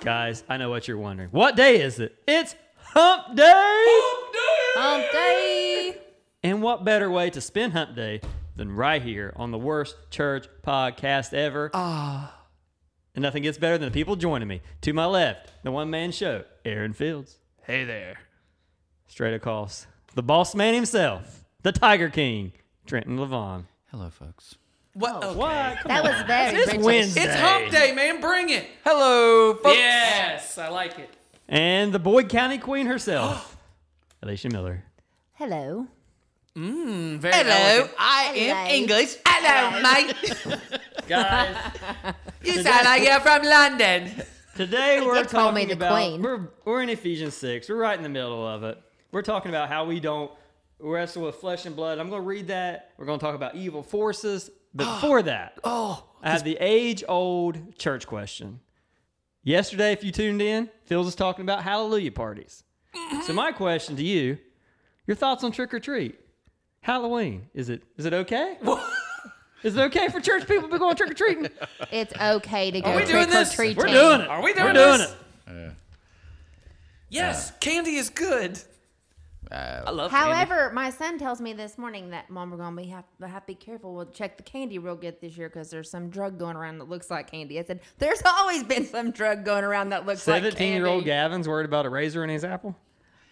Guys, I know what you're wondering. What day is it? It's hump day! Hump day. And what better way to spend hump day than right here on the worst church podcast ever? Ah. And nothing gets better than the people joining me. To my left, the one man show, Aaron Fields. Hey there. Straight across, the boss man himself, the Tiger King, Trenton Levon. Hello, folks. What? okay. What? Come That on. was very It's British. Wednesday. It's hump day, man. Bring it. Hello, folks. Yes, I like it. And the Boyd County Queen herself, Alicia Miller. Hello. Very Hello, elegant. I am Hello. English. Hello, mate. guys. You sound like you're from London. Today we're did call talking me the about queen. we're we're in Ephesians six. We're right in the middle of it. We're talking about how we don't wrestle with flesh and blood. I'm going to read that. We're going to talk about evil forces. But before that, Oh, I have the age-old church question. Yesterday, if you tuned in, Phil was talking about Hallelujah parties. So my question to you: Your thoughts on trick or treat? Halloween is it is it okay? Is it okay for church people to be going trick or treating? It's okay to go we trick doing or this? treating. We're doing it. Are we We're doing doing this? it. yes, candy is good. Oh. I love candy. However, my son tells me this morning that mom, we're gonna be have, have to be careful. We'll check the candy real good this year because there's some drug going around that looks like candy. I said, "There's always been some drug going around that looks like candy." Um, Seventeen-year-old Gavin's worried about a razor in his apple.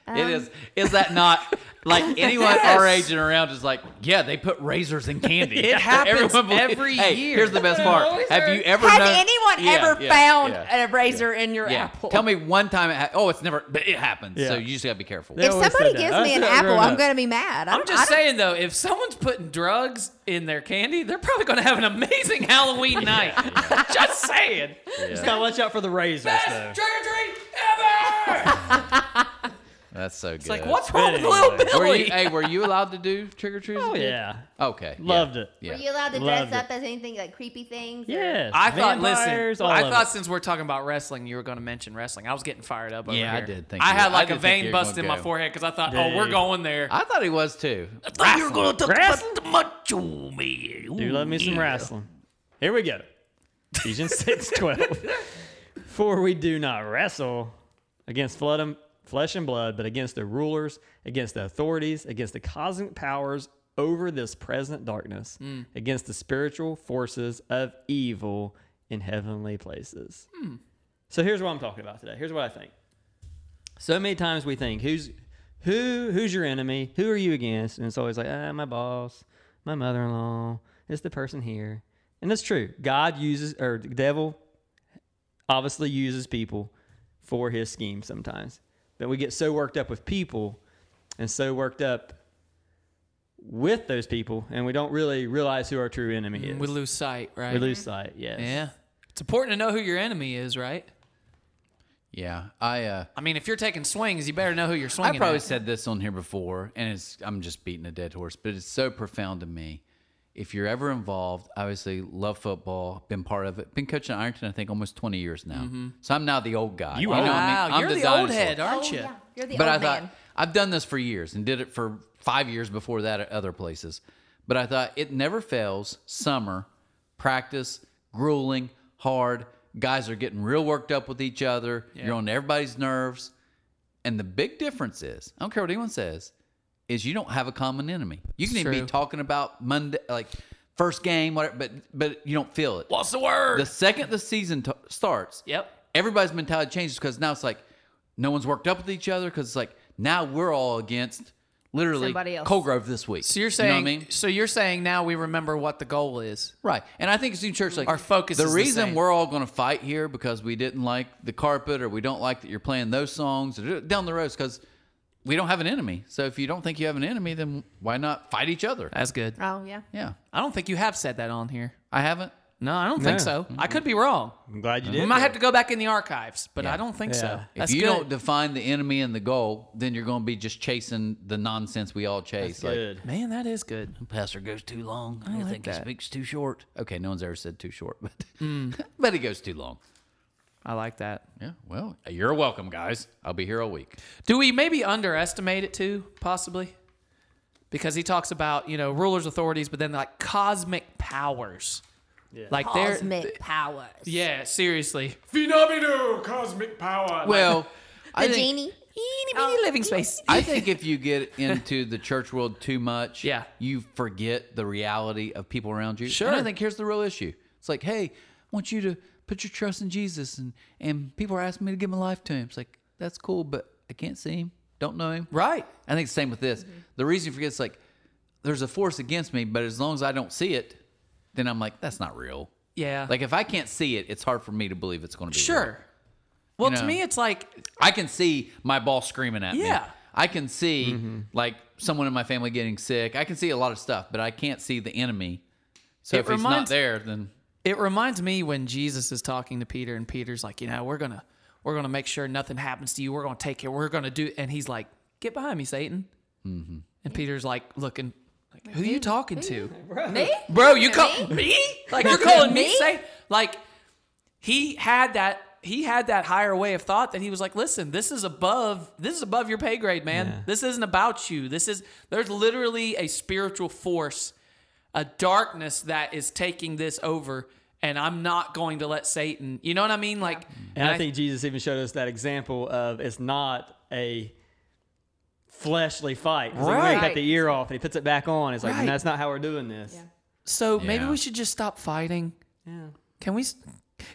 it is. Is that not like anyone Yes. our age and around is like, yeah, they put razors in candy. It happens believes- every hey, year. Here's the best part. Have you ever? Has known- anyone Yeah, ever yeah, found yeah, a razor in your yeah. apple? Tell me one time. It ha- oh, it's never. But it happens. Yeah. So you just gotta be careful. They If always somebody said that. gives I me an said it apple, growing I'm up. gonna be mad. I'm I just don't- saying though, if someone's putting drugs in their candy, they're probably going to have an amazing Halloween night. just saying. Just gotta watch out for the razors, though. Best trick or treat ever. That's so good. It's like, what's wrong with anyway. Little Were Billy? you, hey, were you allowed to do trick or treats? Oh yeah, Okay. yeah, loved it. Yeah. Were you allowed to Loved dress up as anything like creepy things? or- Yes, I thought, vampires, listen, all I of thought it. since we're talking about wrestling, you were going to mention wrestling. I was getting fired up. Over Yeah, I here. did think I you- had I like a did think you vein were busted gonna in my go. forehead because I thought, oh, we're Dude. going there. I thought he was too. thought you were going to talk Wrestling. the macho man. do love me some wrestling. Here we go. Ephesians six twelve. For we do not wrestle against flood and, flesh and blood, but against the rulers, against the authorities, against the cosmic powers over this present darkness, against the spiritual forces of evil in heavenly places. So here's what I'm talking about today. Here's what I think. So many times we think who's who who's your enemy? Who are you against? And it's always like, ah, my boss, my mother-in-law, it's the person here. And that's true. God uses or the devil obviously uses people for his scheme sometimes. But we get so worked up with people and so worked up with those people and we don't really realize who our true enemy is. Mm, We lose sight, right? We lose sight, yes. Yeah. It's important to know who your enemy is, right? Yeah. I. uh I mean, if you're taking swings, you better know who you're swinging. I probably at. said this on here before, and it's I'm just beating a dead horse, but it's so profound to me. If you're ever involved, obviously love football, been part of it, been coaching at Ironton, I think almost 20 years now. So I'm now the old guy. You, know what Mm-hmm. Wow, I mean? I'm you're the, the, old dinosaur. head, aren't Oh, you? yeah. You're the But old I thought man. I've done this for years and did it for five years before that at other places. But I thought it never fails. Summer practice, grueling, hard. Guys are getting real worked up with each other. You're on everybody's nerves. And the big difference is, I don't care what anyone says, is you don't have a common enemy. You can even be true. talking about Monday, like first game, whatever, but but you don't feel it. What's the word? The second the season t- starts, Yep. everybody's mentality changes because now it's like no one's worked up with each other because it's like now we're all against literally Somebody else. Colgrove this week. So You know you're what saying, I mean? so you're saying now we remember what the goal is. Right. And I think it's in church like Our focus The is the reason same. we're all going to fight here because we didn't like the carpet or we don't like that you're playing those songs or down the road because we don't have an enemy. So if you don't think you have an enemy, then why not fight each other? That's good. Oh yeah. Yeah. I don't think you have said that on here. I haven't. No, I don't think No. so. I could be wrong. I'm glad you did. Uh-huh. We might have to go back in the archives, but Yeah. I don't think Yeah. so. If If That's you good. don't define the enemy and the goal, then you're going to be just chasing the nonsense we all chase. like, Good. Man, that is good. Pastor goes too long. I, think that. he speaks too short. Okay, no one's ever said too short, but but he goes too long. I like that. Mm. Yeah, well, you're welcome, guys. I'll be here all week. Do we maybe underestimate it too, possibly? Because he talks about, you know, rulers, authorities, but then like cosmic powers. Like they're Cosmic powers. yeah, seriously. Phenomenal cosmic power. Well, The I think, genie. bitty living space. I think if you get into the church world too much, Yeah. you forget the reality of people around you. Sure. And I think here's the real issue. It's like, hey, I want you to put your trust in Jesus, and and people are asking me to give my life to Him. It's like that's cool, but I can't see Him, don't know Him. Right. I think it's the same with this. The reason you forget is like there's a force against me, but as long as I don't see it, then I'm like, that's not real. Yeah. Like if I can't see it, it's hard for me to believe it's going to be real. Uh. sure. Well, to know. me, it's like I can see my boss screaming at me. Yeah. I can see Mm-hmm. like someone in my family getting sick. I can see a lot of stuff, but I can't see the enemy. So It if he's not reminds- there, then it reminds me when Jesus is talking to Peter, and Peter's like, you know, we're gonna we're gonna make sure nothing happens to you. We're gonna take care. We're gonna do. And he's like, get behind me, Satan. And Peter's like looking, Mm-hmm. like, who you talking to? Me? Bro, you At call me? Like you're calling me? Me? Say like he had that he had that higher way of thought that he was like, listen, this is above this is above your pay grade, man. Yeah. This isn't about you. This is there's literally a spiritual force, a darkness that is taking this over. And I'm not going to let Satan. You know what I mean? Like, And I think Jesus even showed us that example of it's not a fleshly fight. It's like when he Right. cut the ear off and he puts it back on. It's like Right. that's not how we're doing this. so. Maybe Yeah. we should just stop fighting. Yeah. Can we? s-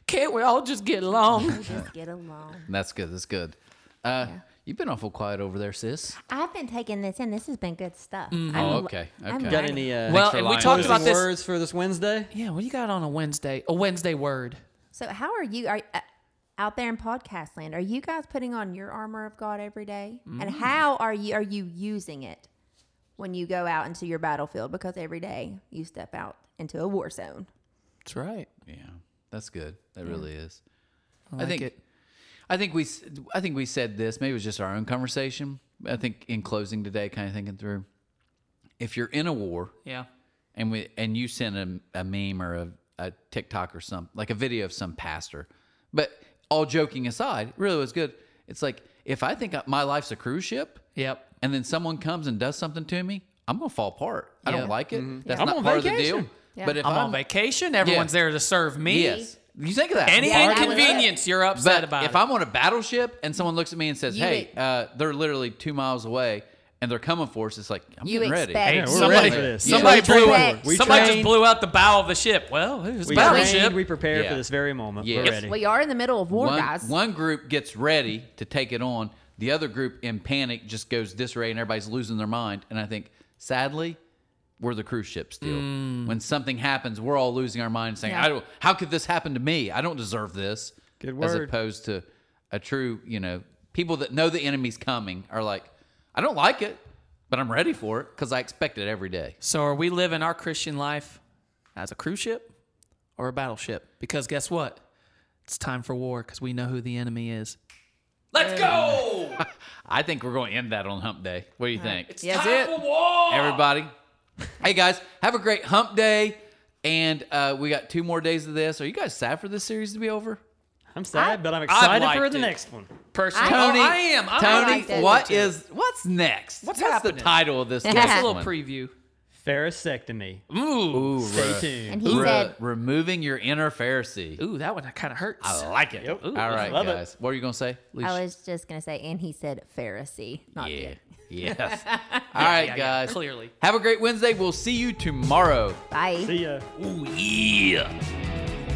Can't we all just get along? Just get along. that's good. That's good. Uh, You've been awful quiet over there, sis. I've been taking this in. This has been good stuff. Oh, okay, okay. Got any uh, Well, for and we lying. talked closing about this. words for this Wednesday? Yeah, what do you got on a Wednesday? A Wednesday word. So, how are you? Are uh, out there in podcast land? Are you guys putting on your armor of God every day? And how are you? Are you using it when you go out into your battlefield? Because every day you step out into a war zone. That's right. Yeah, that's good. That really is. I, like think it. I think we s- I think we said this. Maybe it was just our own conversation. I think in closing today, kind of thinking through. If you're in a war, Yeah. and we and you sent a, a meme or a, a TikTok or some like a video of some pastor. But all joking aside, really was good. It's like if I think my life's a cruise ship, Yep. and then someone comes and does something to me, I'm gonna fall apart. I Yeah. don't like it. Mm-hmm. That's I'm not on part vacation. of the deal. But if I'm, I'm, on vacation. Everyone's there to serve me. yes, you think of that. Any Yeah, that was inconvenience, you're upset But about. if it. I'm on a battleship and someone looks at me and says, You e-, "Hey, ex- uh, they're literally two miles away and they're coming for us," it's like I'm You getting expect ready. Yeah, we're somebody, ready for this. somebody Yeah. blew Trained. We somebody just trained. blew out the bow of the ship. Well, it was a We battleship. trained, we prepared for Yeah. this very moment. Yes. We're Yes. ready. Well, you are in the middle of war, one, guys. one group gets ready to take it on. The other group in panic just goes disarray and everybody's losing their mind. And I think, sadly, we're the cruise ship still. When something happens, we're all losing our minds saying, I don't, how could this happen to me? I don't deserve this. Good As word. opposed to a true, you know, people that know the enemy's coming are like, I don't like it, but I'm ready for it because I expect it every day. so are we living our Christian life as a cruise ship or a battleship? Because guess what? It's time for war because we know who the enemy is. Let's go. I think we're going to end that on hump day. What do you think? Yes, Time for war. everybody. hey guys, have a great hump day. And uh, we got two more days of this. Are you guys sad for this series to be over? I'm sad, but I'm I've excited for liked the it. next one. Personally, I- Tony, Oh, I am. I'm Tony, liked it. what is what's next? What's What's happening? the title of this? That's next a little one? preview. Pharisectomy. Ooh, ooh, Ooh, Stay re- tuned. and he re- said, removing your inner Pharisee. that one kind of hurts. I like it. Yep. All Ooh, right, love it. guys. What are you gonna say? I was just going to say, and he said, Pharisee. Not yeah. you. Yes. All right, yeah, guys. clearly. Have a great Wednesday. We'll see you tomorrow. Bye. See ya.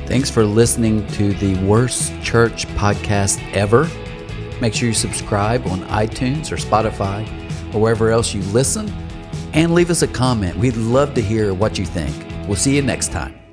Thanks for listening to the Worst Church podcast ever. Make sure you subscribe on iTunes or Spotify or wherever else you listen and leave us a comment. We'd love to hear what you think. We'll see you next time.